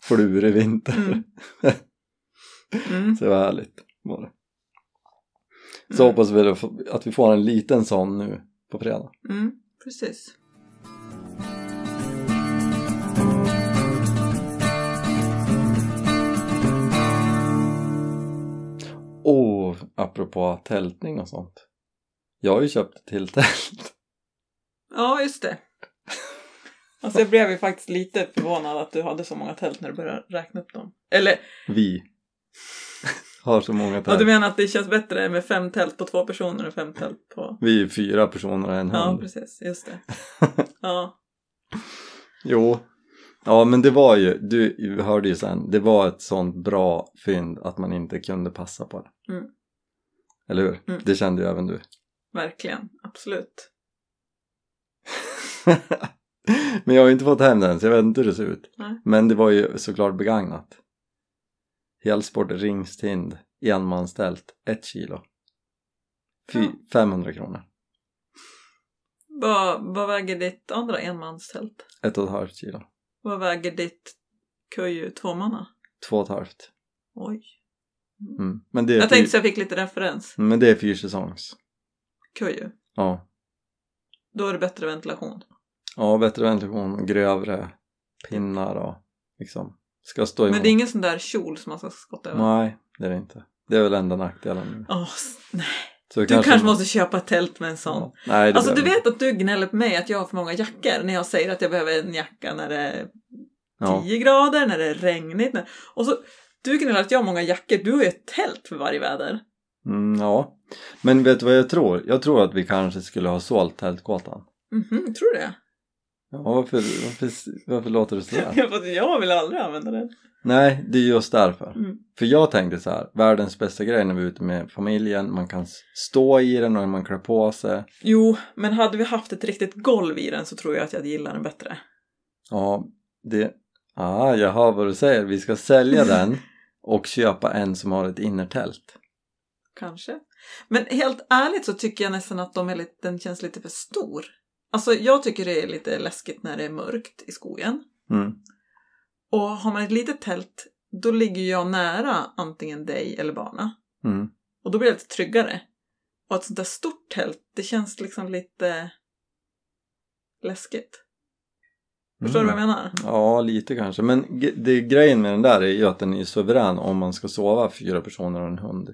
S1: flurig vinter.
S2: Mm. Mm.
S1: Så det var härligt. Var det. Så hoppas vi att få- att vi får en liten sån nu på fredag.
S2: Mm, precis.
S1: Och apropå tältning och sånt. Jag har ju köpt ett till tält.
S2: Ja, just det. Alltså jag blev ju faktiskt lite förvånad att du hade så många tält när du började räkna upp dem. Eller,
S1: Vi har så många
S2: ja,
S1: tält.
S2: du menar att det känns bättre med fem tält på två personer och fem tält på...
S1: Vi är fyra personer och en
S2: Ja,
S1: hund.
S2: precis. Just det. Ja.
S1: Jo. Ja men det var ju, du hörde ju sen, det var ett sånt bra fynd att man inte kunde passa på det.
S2: Mm.
S1: Eller hur?
S2: Mm.
S1: Det kände ju även du.
S2: Verkligen, absolut.
S1: men jag har ju inte fått hem den så jag vet inte hur det ser ut.
S2: Nej.
S1: Men det var ju såklart begagnat. Helsport Ringstind enmanstält, ett kilo. Fy,
S2: Ja.
S1: 500 kronor.
S2: Vad, vad väger ditt andra enmanstält?
S1: Ett och ett halvt kilo.
S2: Vad väger ditt kuju tvåmanna?
S1: Två och ett halvt.
S2: Oj.
S1: Mm. Men, det är fyr,
S2: Jag tänkte så jag fick lite referens.
S1: men det är fyrsäsongs.
S2: Kuju.
S1: Ja.
S2: Då är det bättre ventilation.
S1: ja, bättre ventilation, grövre pinnar och liksom ska stå emot.
S2: Men det är ingen sån där kjol som man ska skotta över.
S1: Nej, det är det inte. Det är väl enda nackdelen.
S2: Åh, s- nej.
S1: Så
S2: Du kanske, måste köpa ett tält med en sån.
S1: Ja. Nej, det
S2: Alltså du
S1: behöver-
S2: vet att du gnäller på mig att jag har för många jackor när jag säger att jag behöver en jacka när det är 10 grader, när det är regnigt. När... Och så du gnäller att jag har många jackor, du har ju ett tält för varje väder.
S1: Mm, ja, men vet du vad jag tror? Jag tror att vi kanske skulle ha sålt Tältgatan.
S2: Mhm, tror du det?
S1: Ja, varför, varför, varför låter du sådär?
S2: För att jag vill aldrig använda den.
S1: Nej, det är just därför.
S2: Mm.
S1: För jag tänkte så här, världens bästa grej när vi är ute med familjen, man kan stå i den och man klär på sig.
S2: Jo, men hade vi haft ett riktigt golv i den så tror jag att jag gillar den bättre.
S1: Ja, det... Ah, jag hör vad du säger. Vi ska sälja den och köpa en som har ett innertält.
S2: Kanske. Men helt ärligt så tycker jag nästan att de är lite, den känns lite för stor. Alltså jag tycker det är lite läskigt när det är mörkt i skogen.
S1: Mm.
S2: Och har man ett litet tält, då ligger jag nära antingen dig eller barna.
S1: Mm.
S2: Och då blir jag lite tryggare. Och ett sånt där stort tält, det känns liksom lite läskigt. Förstår
S1: mm.
S2: du vad jag menar?
S1: Ja, lite kanske. Men ge- det, grejen med den där är ju att den är suverän om man ska sova fyra personer och en hund.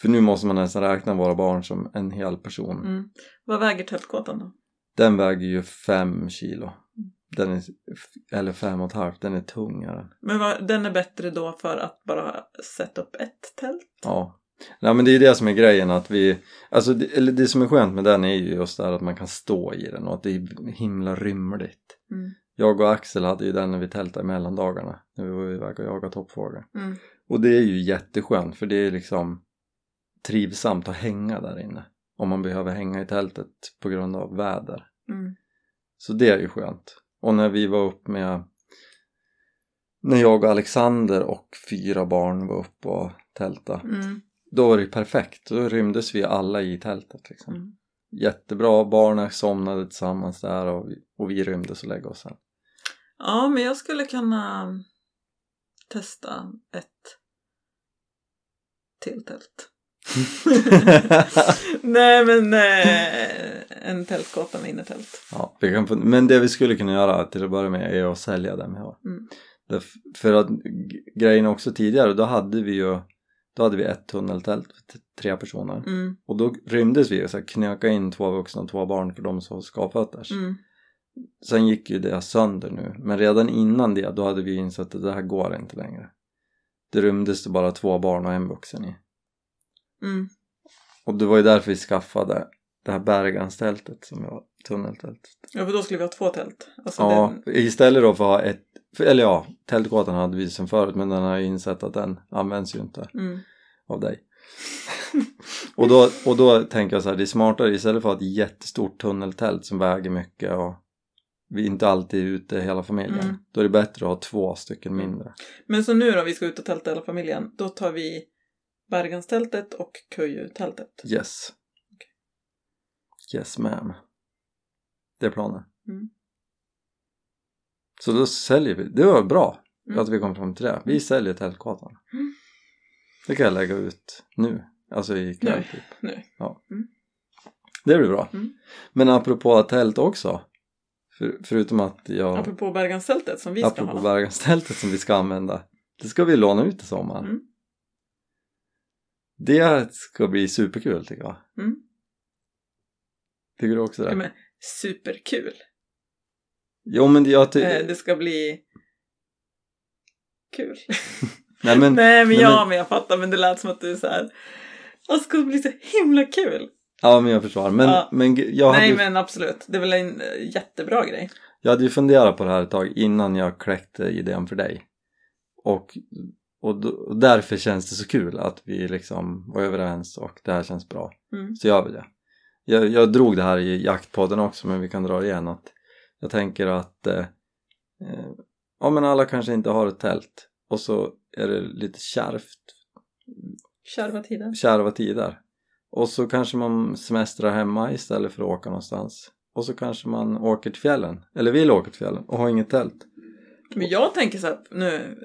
S1: För nu måste man nästan räkna våra barn som en hel person.
S2: Mm. Vad väger tältkåtan då?
S1: Den väger ju fem kilo. Den är, eller fem och ett halvt, den är tungare.
S2: Men vad, den är bättre då för att bara sätta upp ett tält?
S1: Ja. Nej men det är det som är grejen att vi, alltså det, eller det som är skönt med den är ju just det här att man kan stå i den och att det är himla rymligt.
S2: Mm.
S1: Jag och Axel hade ju den när vi tältade i mellandagarna när vi var iväg och jagade toppfågel.
S2: Mm.
S1: Och det är ju jätteskönt för det är liksom trivsamt att hänga där inne. Om man behöver hänga i tältet på grund av väder.
S2: Mm.
S1: Så det är ju skönt. Och när vi var upp med när jag och Alexander och fyra barn var upp och tälta
S2: Mm.
S1: då var det ju perfekt. Då rymdes vi alla i tältet liksom.
S2: Mm.
S1: Jättebra, barnen somnade tillsammans där och vi, och vi rymdes och lägga oss sen.
S2: Ja, men jag skulle kunna testa ett till tält. Nej, men eh, en tältgata med innertält.
S1: Ja, vi kan, få- men det vi skulle kunna göra till att börja med är att sälja den vi har.
S2: Mm.
S1: Därf- för att g- grejen också tidigare, då hade vi ju då hade vi ett tunneltält för t- tre personer
S2: Mm,
S1: och då rymdes vi och så här knöka in två vuxna och två barn för de som skavfötters.
S2: mm,
S1: Sen gick ju det sönder nu men redan innan det då hade vi insett att det här går inte längre. Det rymdes det bara två barn och en vuxen i.
S2: Mm.
S1: Och det var ju därför vi skaffade det här Bergan-stältet som jag tunneltältet.
S2: Ja, för då skulle vi ha två tält. Alltså
S1: Ja,
S2: den,
S1: istället då för att ha ett, för, eller ja, tältgatan hade vi sen förut men den har ju insett att den används ju inte
S2: mm.
S1: av dig. och, då, och då tänker jag så här, det är smartare istället för att ha ett jättestort tunneltält som väger mycket och vi är inte alltid ute hela familjen.
S2: Mm.
S1: Då är det bättre att ha två stycken mindre.
S2: Men så nu då, vi ska ut och tälta hela familjen, då tar vi Bergenstältet och Köju-tältet.
S1: Yes. Yes ma'am. Det är planen.
S2: Mm.
S1: Så då säljer vi. Det var bra
S2: Mm.
S1: att vi kom fram till det. Vi säljer Tältgatan.
S2: Mm.
S1: Det kan jag lägga ut nu. Alltså i kväll
S2: Nu.
S1: typ.
S2: Nu.
S1: Ja.
S2: Mm.
S1: Det blir bra.
S2: Mm.
S1: Men apropå tält också. För, förutom att jag...
S2: Apropå Bergenstältet som vi ska
S1: Apropå
S2: ha.
S1: Bergastältet som vi ska använda. Det ska vi låna ut i sommar.
S2: Mm.
S1: Det ska bli superkul tycker jag.
S2: Mm.
S1: Tycker du också det?
S2: Ja, men, superkul!
S1: Jo men det- jag ty-
S2: Eh, det ska bli kul.
S1: Nej men,
S2: Nej men
S1: men-
S2: ja, men jag fattar men det lät som att du är såhär, det ska bli så himla kul!
S1: ja men jag förstår. Men,
S2: Ja.
S1: men g- jag, hade,
S2: Nej
S1: ju-
S2: men absolut, det är väl en eh, jättebra grej.
S1: jag hade ju funderat på det här ett tag innan jag kläckte idén för dig. Och, och, då, och därför känns det så kul att vi liksom var överens och det här känns bra.
S2: Mm.
S1: så gör vi det. Jag, jag drog det här i jaktpodden också men vi kan dra igen att jag tänker att eh, eh, ja men alla kanske inte har ett tält och så är det lite kärvt,
S2: Kärva tider.
S1: kärva tider och så kanske man semestrar hemma istället för att åka någonstans och så kanske man åker till fjällen eller vill åka till fjällen och har inget tält
S2: Men jag tänker så här, nu,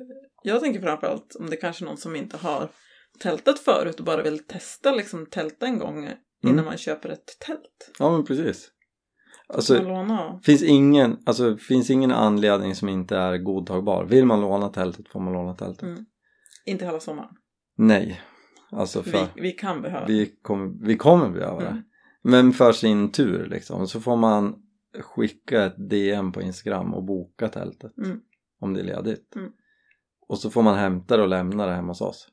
S2: jag tänker framförallt om det kanske är någon som inte har tältat förut och bara vill testa liksom tälta en gång innan
S1: Mm.
S2: man köper ett tält.
S1: ja men precis
S2: Så...
S1: alltså
S2: Låna och...
S1: finns ingen, alltså, finns ingen anledning som inte är godtagbar vill man låna tältet får man låna tältet
S2: Mm. Inte hela sommaren.
S1: nej alltså för
S2: Vi, vi kan behöva.
S1: vi kommer, vi kommer behöva det.
S2: Mm.
S1: Men för sin tur liksom, så får man skicka ett DM på Instagram och boka tältet
S2: Mm.
S1: om det är ledigt.
S2: Mm.
S1: Och så får man hämta det och lämna det hemma hos oss.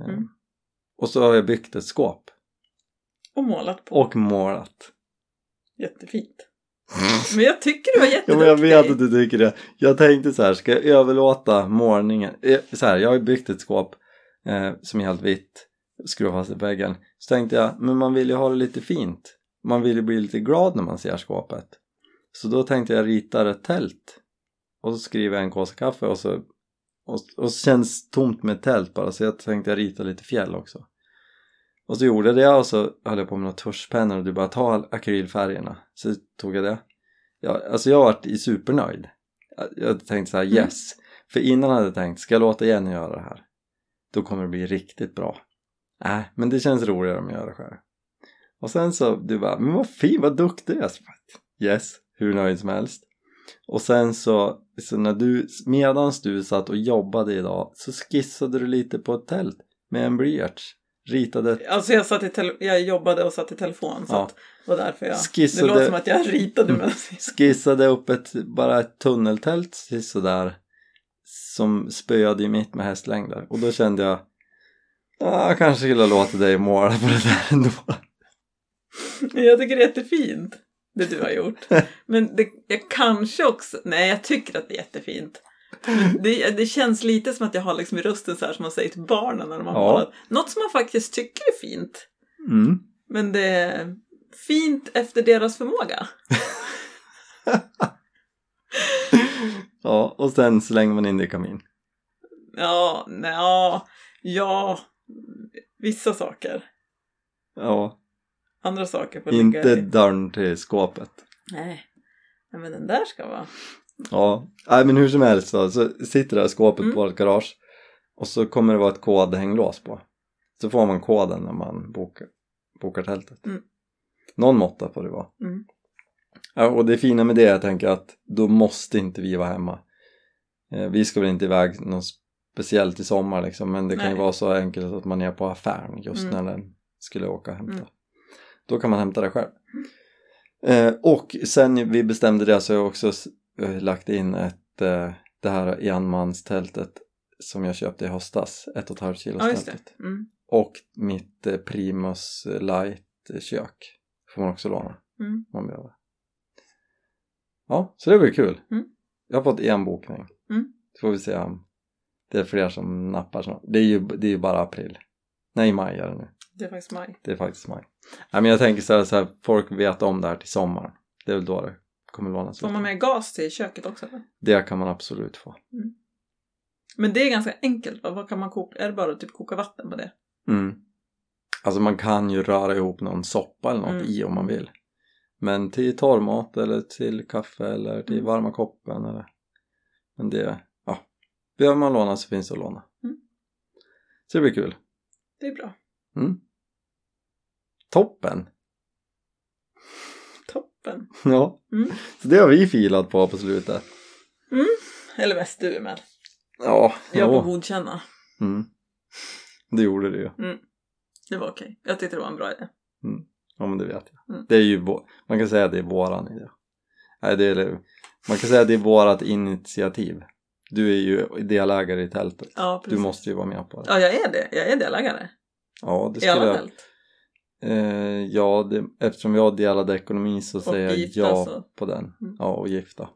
S1: Eh,
S2: Mm.
S1: Och så har jag byggt ett skåp
S2: Och målat på.
S1: och målat.
S2: Jättefint. Men jag tycker du var
S1: Ja,
S2: jätteduktig.
S1: men jag vet att du tycker det. Jag tänkte så här, ska jag överlåta målningen? Eh, Så här, jag har ju byggt ett skåp eh, som är helt vitt, skruvar fast i väggen. Så tänkte jag, men man vill ju ha det lite fint. Man vill ju bli lite glad när man ser skåpet. Så då tänkte jag rita ett tält. Och så skriver jag en kåsa kaffe och så och, och så känns tomt med tält bara så jag tänkte jag rita lite fjäll också. Och så gjorde jag det och så höll jag på med några tuschpennor och du bara ta akrylfärgerna. Så tog jag det. Jag, alltså jag vart i supernöjd. Jag- Jag tänkte så här,
S2: Mm.
S1: yes. För innan hade jag tänkt, ska jag låta Jenny göra det här? Då kommer det bli riktigt bra. Äh, men det känns roligare om jag gör det själv. Och sen så, du bara, men vad fin, vad duktig jag är. Så bara, Yes, hur nöjd som helst. Och sen så, så när du, medans du satt och jobbade idag så skissade du lite på ett tält med en blyerts. Ritade ett
S2: Alltså jag, satt i tele- jag jobbade och satt i telefon så
S1: Ja.
S2: att det var därför jag...
S1: Skissade-
S2: Det låter som att jag ritade men...
S1: skissade upp ett, bara ett tunneltält till sådär som spöade i mitt med hästlängder och då kände jag ah, jag kanske skulle låta dig måla på det där ändå
S2: Jag tycker det är jättefint det du har gjort. Men det, jag kanske också... Nej, jag tycker att det är jättefint. Men det, det känns lite som att jag har liksom i rösten så här som man säger till barnen när de har
S1: Ja.
S2: målat. Något som man faktiskt tycker är fint.
S1: mm.
S2: Men det är fint efter deras förmåga.
S1: ja, och sen slänger man in det i kamin
S2: Ja, nej, ja, ja. Vissa saker.
S1: ja,
S2: Andra saker får
S1: inte
S2: ligga i...
S1: dörren till skåpet
S2: Nej. nej, men den där ska vara...
S1: Ja, nej men hur som helst då, så sitter det här skåpet
S2: Mm.
S1: på vårt garage och så kommer det vara ett kodhänglås på. Så får man koden när man bokar, bokar tältet.
S2: Mm.
S1: Någon måtta får det vara.
S2: Mm.
S1: Ja, och det fina med det jag tänker att då måste inte vi vara hemma. Eh, Vi ska väl inte iväg något speciellt i sommar liksom, men det kan ju
S2: Nej.
S1: vara så enkelt att man är på affären just
S2: Mm.
S1: när den skulle åka och hämta.
S2: Mm.
S1: Då kan man hämta det själv. Eh, och sen vi bestämde det så har jag också s- eh, lagt in ett, eh, det här enmanstältet som jag köpte i höstas, ett och ett halvt kilo
S2: Ja, just
S1: snältet.
S2: det. Mm.
S1: Och mitt eh, Primus Light-kök får man också låna
S2: Mm.
S1: om man behöver. Ja, så det blir kul.
S2: Mm.
S1: Jag har fått en bokning.
S2: Mm.
S1: Så får vi se om det är fler som nappar snart. Det är ju, det är ju bara april. Nej, maj är det nu.
S2: Det är faktiskt maj.
S1: Det är faktiskt maj. Nej, men jag tänker så här, så här folk vet om det här till sommaren. Det är väl då det kommer lånas
S2: Får man med gas till köket också? Eller?
S1: Det kan man absolut få.
S2: Men det är ganska enkelt va? Vad kan man koka? Är det bara att typ koka vatten på det?
S1: Mm. Alltså man kan ju röra ihop någon soppa eller något
S2: Mm.
S1: i om man vill. Men till torrmat eller till kaffe eller till
S2: Mm.
S1: varma koppen eller... Men det, ja. Behöver man låna så finns det att låna.
S2: Mm.
S1: Så det blir kul.
S2: Det är bra.
S1: Mm. Toppen!
S2: Toppen.
S1: Ja.
S2: Mm.
S1: Så det har vi filat på på slutet.
S2: Eller mest du Emil.
S1: Ja,
S2: Jag
S1: jo.
S2: får godkänna.
S1: Mm. Det gjorde det ju.
S2: Det var okej. Jag tyckte det var en bra idé.
S1: Ja men det vet jag.
S2: Mm.
S1: Det är ju vå- man kan säga att det är våran idé. Nej, det är, man kan säga att det är vårat initiativ. Du är ju delägare i tältet.
S2: Ja,
S1: Du
S2: precis.
S1: måste ju vara med på det.
S2: Ja, jag är det. Jag är delägare.
S1: Ja, det
S2: I alla
S1: skulle jag.
S2: tält.
S1: Eh, ja, det, eftersom jag delade ekonomi så säger jag
S2: gifta,
S1: ja
S2: så.
S1: på den.
S2: Mm.
S1: Ja, och gifta.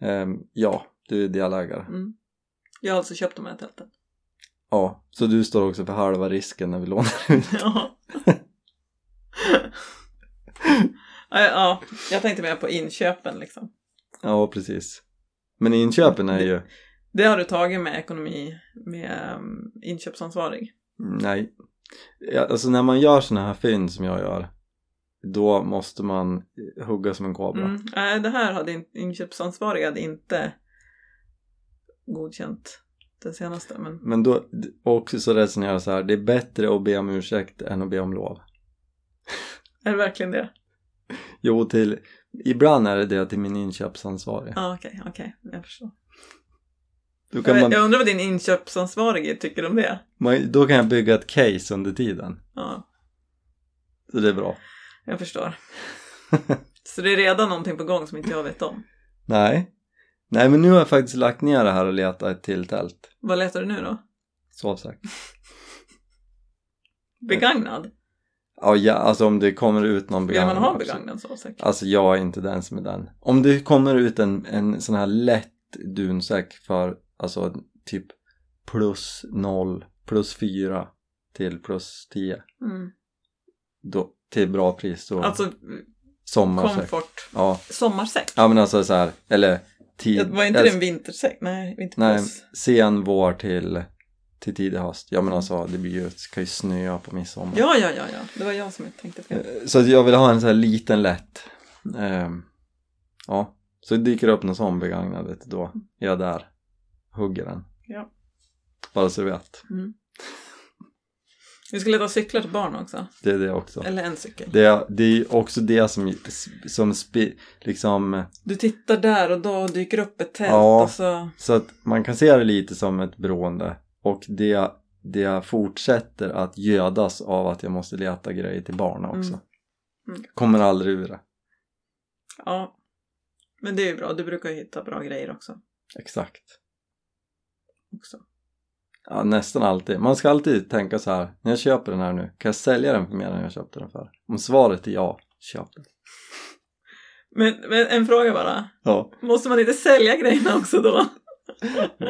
S1: Ehm, ja, du är delägare.
S2: Mm. Jag har alltså köpt de här tälten.
S1: Ja, så du står också för halva risken när vi lånar ut.
S2: Ja. ja, ja, jag tänkte mer på inköpen liksom.
S1: Ja, precis. Men inköpen är ju...
S2: Det har du tagit med ekonomi, med um, inköpsansvarig.
S1: Nej. Ja, Alltså när man gör såna här fynd som jag gör då måste man eh, hugga som en kobra.
S2: Mm. Nej, det här hade in, inköpsansvarig hade inte godkänt den senaste. Men
S1: Men då d- också så resonerar jag så här, det är bättre att be om ursäkt än att be om lov.
S2: är det verkligen det?
S1: Jo, till, ibland är det det till min inköpsansvarige.
S2: Ja, okej, okej, jag förstår.
S1: Då kan,
S2: Jag,
S1: man,
S2: jag undrar vad din inköpsansvarige tycker om det.
S1: man, då kan jag bygga ett case under tiden.
S2: Ja,
S1: Så det är bra.
S2: jag förstår. Så det är redan någonting på gång som inte jag vet om.
S1: Nej. Nej, men nu har jag faktiskt lagt ner det här och letat ett till tält.
S2: Vad letar du nu då?
S1: Sovsäck.
S2: Begagnad?
S1: Ja, ja, alltså om det kommer ut någon
S2: Vill man ha en
S1: absolut.
S2: begagnad sovsäck?
S1: Alltså jag är inte den som är den. Om det kommer ut en, en sån här lätt dunsäck för alltså typ plus noll, plus fyra till plus tio.
S2: Mm.
S1: Då, till bra pris då.
S2: Alltså
S1: sommarsäck.
S2: komfort.
S1: Ja.
S2: Sommarsäck?
S1: ja men alltså så här, eller tid,
S2: Var inte det en vintersäck? Nej,
S1: nej,
S2: vinterpuss.
S1: sen vår till, till tidig höst. Ja men alltså det blir ju, det kan ju snöa på midsommar.
S2: Ja, ja, ja, ja. Det var jag som inte tänkte fel.
S1: Eh, Så att jag vill ha en sån här liten lätt. Ehm, ja, så dyker det upp någon sån begagnad vet du, då är jag där. Hugger den.
S2: Ja.
S1: Bara så du vet.
S2: Vi ska leta cyklar till barn också.
S1: Det är det också.
S2: Eller en cykel.
S1: Det är, det är också det som, som spi, liksom,
S2: Du tittar där och då dyker upp ett tält
S1: Ja.
S2: och så...
S1: så att man kan se det lite som ett beroende. Och det, det fortsätter att gödas av att jag måste leta grejer till barnen också.
S2: Mm. Mm.
S1: Kommer aldrig ur det.
S2: Ja. Men det är ju bra. Du brukar ju hitta bra grejer också.
S1: Exakt.
S2: också.
S1: Ja, nästan alltid. Man ska alltid tänka så här, när jag köper den här nu, kan jag sälja den för mer än jag köpte den för? Om svaret är ja, köp den.
S2: Men, men en fråga bara.
S1: Ja,
S2: Måste man inte sälja grejerna också då?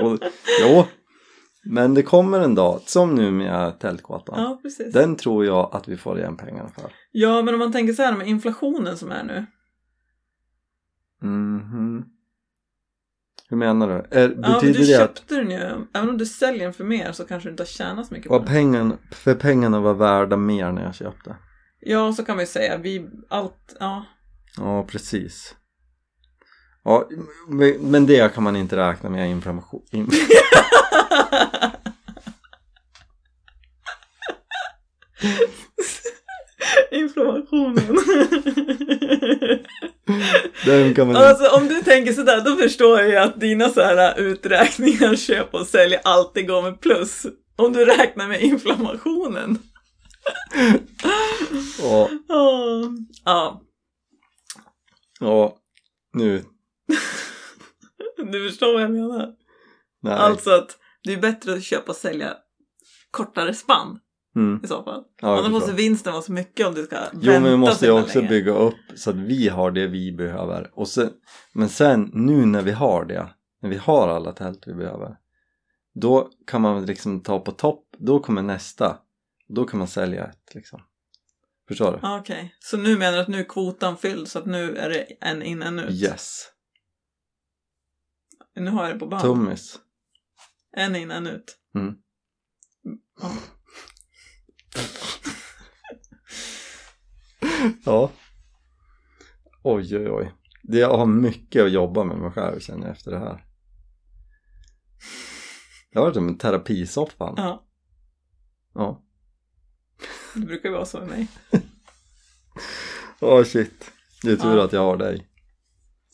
S1: och, jo. Men det kommer en dag, som nu med tältgatan.
S2: Ja, precis.
S1: Den tror jag att vi får igen pengarna för.
S2: Ja, men om man tänker så här med inflationen som är nu.
S1: Mhm. Hur menar du? Är,
S2: Ja, men
S1: betyder
S2: du
S1: det att
S2: köpte den ju. Även om du säljer den för mer så kanske du inte har tjänat så mycket på
S1: var
S2: den.
S1: pengen, för pengarna var värda mer när jag köpte?
S2: Ja, så kan man ju säga. Vi, allt, ja.
S1: Ja, precis. Ja, men- men det kan man inte räkna med information. In,
S2: Inflammationen.
S1: den kan man inte.
S2: alltså om du tänker sådär, då förstår jag ju att dina så här äh, uträkningar, köp och sälj, alltid går med plus. Om du räknar med inflammationen.
S1: Ja.
S2: Åh. Ja,
S1: Ja, nu.
S2: du förstår vad jag menar.
S1: Nej.
S2: Alltså att Det är bättre att köpa och sälja kortare spann
S1: Mm.
S2: i så fall.
S1: Ja, jag
S2: Annars måste
S1: förstår.
S2: vinsten vara så mycket om du ska
S1: Jo men vi
S2: så
S1: måste ju
S2: himla
S1: också
S2: länge.
S1: bygga upp så att vi har det vi behöver. Och sen, men sen nu när vi har det, när vi har alla tält vi behöver. Då kan man liksom ta på topp, då kommer nästa. Då kan man sälja ett liksom. Förstår du?
S2: Ja, Ah, Okej, så nu menar du att nu är kvotan fylld så att nu är det en in en ut?
S1: Yes,
S2: Nu har jag det på band.
S1: tummis.
S2: En in en ut.
S1: Mm.
S2: Ja.
S1: Ja. Oj oj oj. Det, jag har mycket att jobba med mig själv känner jag efter det här. Det har varit som en terapisoffan.
S2: Ja,
S1: Ja.
S2: det brukar ju vara så med mig.
S1: Åh shit. Det är tur
S2: Ja.
S1: att jag har dig.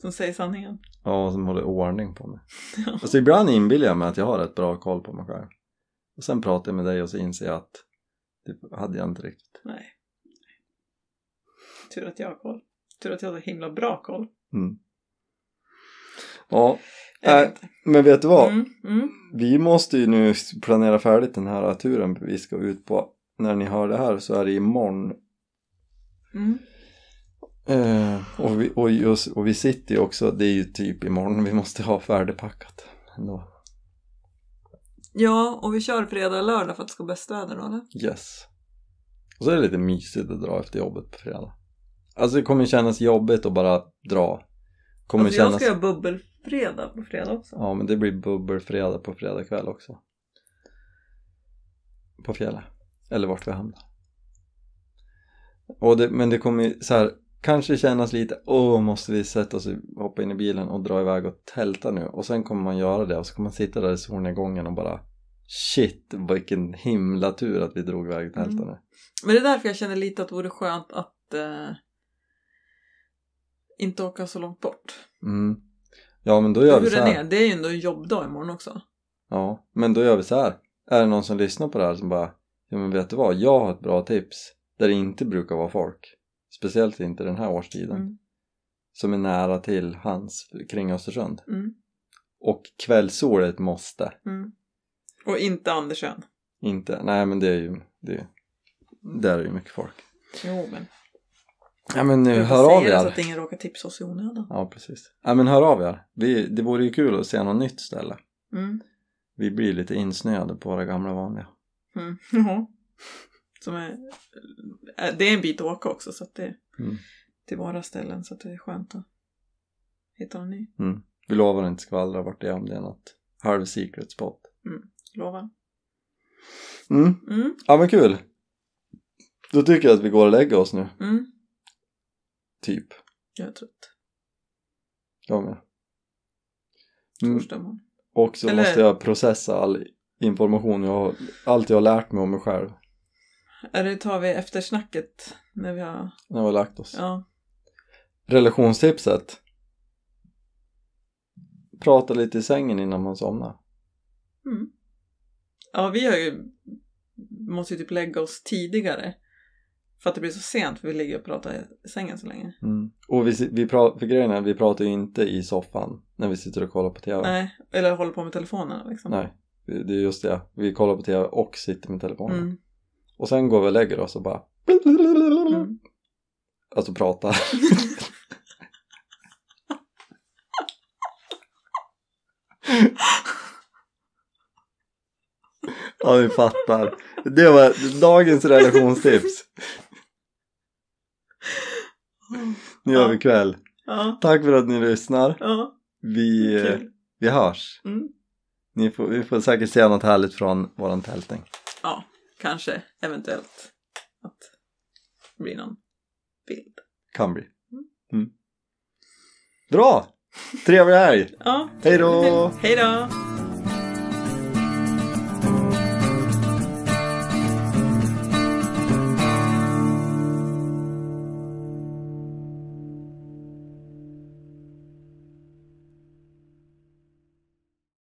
S2: Som säger sanningen.
S1: Ja, som håller ordning på mig. Alltså ibland inbillar jag mig att jag har rätt bra koll på mig själv. Och sen pratar jag med dig och så inser jag att det hade jag inte riktigt.
S2: Nej. Tur att jag har koll. Tur att jag har så himla bra koll.
S1: Mm. Ja,
S2: Jag
S1: Nej,
S2: vet inte.
S1: men vet du vad?
S2: Mm, mm.
S1: Vi måste ju nu planera färdigt den här turen vi ska ut på. När ni hör det här så är det imorgon
S2: Mm.
S1: Eh, och, vi, och, just, och vi sitter ju också, det är ju typ imorgon vi måste ha färdigpackat ändå.
S2: Ja, och vi kör fredag och lördag för att det ska vara bäst väder då eller?
S1: Yes. Och så är det lite mysigt att dra efter jobbet på fredag. Alltså det kommer kännas jobbigt att bara dra. Kommer
S2: Alltså, jag
S1: kännas...
S2: ska göra bubbelfredag på fredag också.
S1: Ja men det blir bubbelfredag på fredag kväll också. På fjället. Eller vart vi hamnar. Och det, men det kommer ju så här, kanske kännas lite, åh måste vi sätta oss, i- hoppa in i bilen och dra iväg och tälta nu. Och sen kommer man göra det och så kommer man sitta där i solnedgången och bara shit vilken himla tur att vi drog iväg och tältade nu.
S2: Men det är därför jag känner lite att det vore skönt att eh, inte åka så långt bort.
S1: Mm. Ja men då gör vi
S2: Hur
S1: så
S2: den
S1: här.
S2: är, det är ju ändå en jobbdag imorgon också.
S1: Ja, men då gör vi så här. Är det någon som lyssnar på det här som bara Ja men vet du vad, jag har ett bra tips där det inte brukar vara folk. Speciellt inte den här årstiden.
S2: Mm.
S1: Som är nära till hans kring Östersund.
S2: Mm.
S1: Och kvällssol är ett måste.
S2: Mm. Och inte Andersön.
S1: Inte, nej men det är ju, det, där är ju mycket folk.
S2: Jo men.
S1: Ja men nu,
S2: Jag
S1: hör av
S2: säger det så
S1: er.
S2: att ingen råkar tipsa oss i onödan.
S1: Ja precis. Ja men hör av er. Vi, det vore ju kul att se något nytt ställe.
S2: Mm.
S1: Vi blir lite insnöade på våra gamla vanliga.
S2: Mm. Ja. Som är, eh, det är en bit att åka också så att det
S1: Mm.
S2: till våra ställen så att det är skönt att hitta en ny.
S1: Vi lovar att inte skvallra vart det är om det är något halv secret spot.
S2: Lovar.
S1: Mm.
S2: Mm.
S1: Ja men kul! Då tycker jag att vi går och lägger oss nu,
S2: Mm.
S1: typ.
S2: Jag är trött.
S1: Jag med. Mm.
S2: Torsdag morgon.
S1: Och så
S2: Eller-
S1: måste jag processa all information, jag har, allt jag har lärt mig om mig själv
S2: Är det tar vi efter snacket när vi har...
S1: när jag har lagt oss.
S2: Ja.
S1: Relationstipset. Prata lite i sängen innan man somnar.
S2: Ja, vi har ju... Måste ju typ lägga oss tidigare. För att det blir så sent för vi ligger och pratar i sängen så länge.
S1: Mm. Och vi, si- vi pra- för grejen är, vi pratar ju inte i soffan när vi sitter och kollar på TV.
S2: Nej, eller håller på med telefonen liksom.
S1: Nej. Det det är just det, vi kollar på TV och sitter med telefonen.
S2: Mm.
S1: Och sen går vi och lägger oss och bara
S2: Mm.
S1: Alltså prata. ja, vi fattar. Det var dagens relationstips. Nu gör vi kväll.
S2: Ja,
S1: Tack för att ni lyssnar.
S2: ja,
S1: Vi,
S2: kul.
S1: vi hörs.
S2: Mm.
S1: Ni får, vi får säkert se något härligt från våran tältning.
S2: Ja, kanske, eventuellt. Att det blir någon bild.
S1: Kan bli. Mm. Bra! Trevlig helg!
S2: Ja,
S1: Hej då!
S2: Hej då!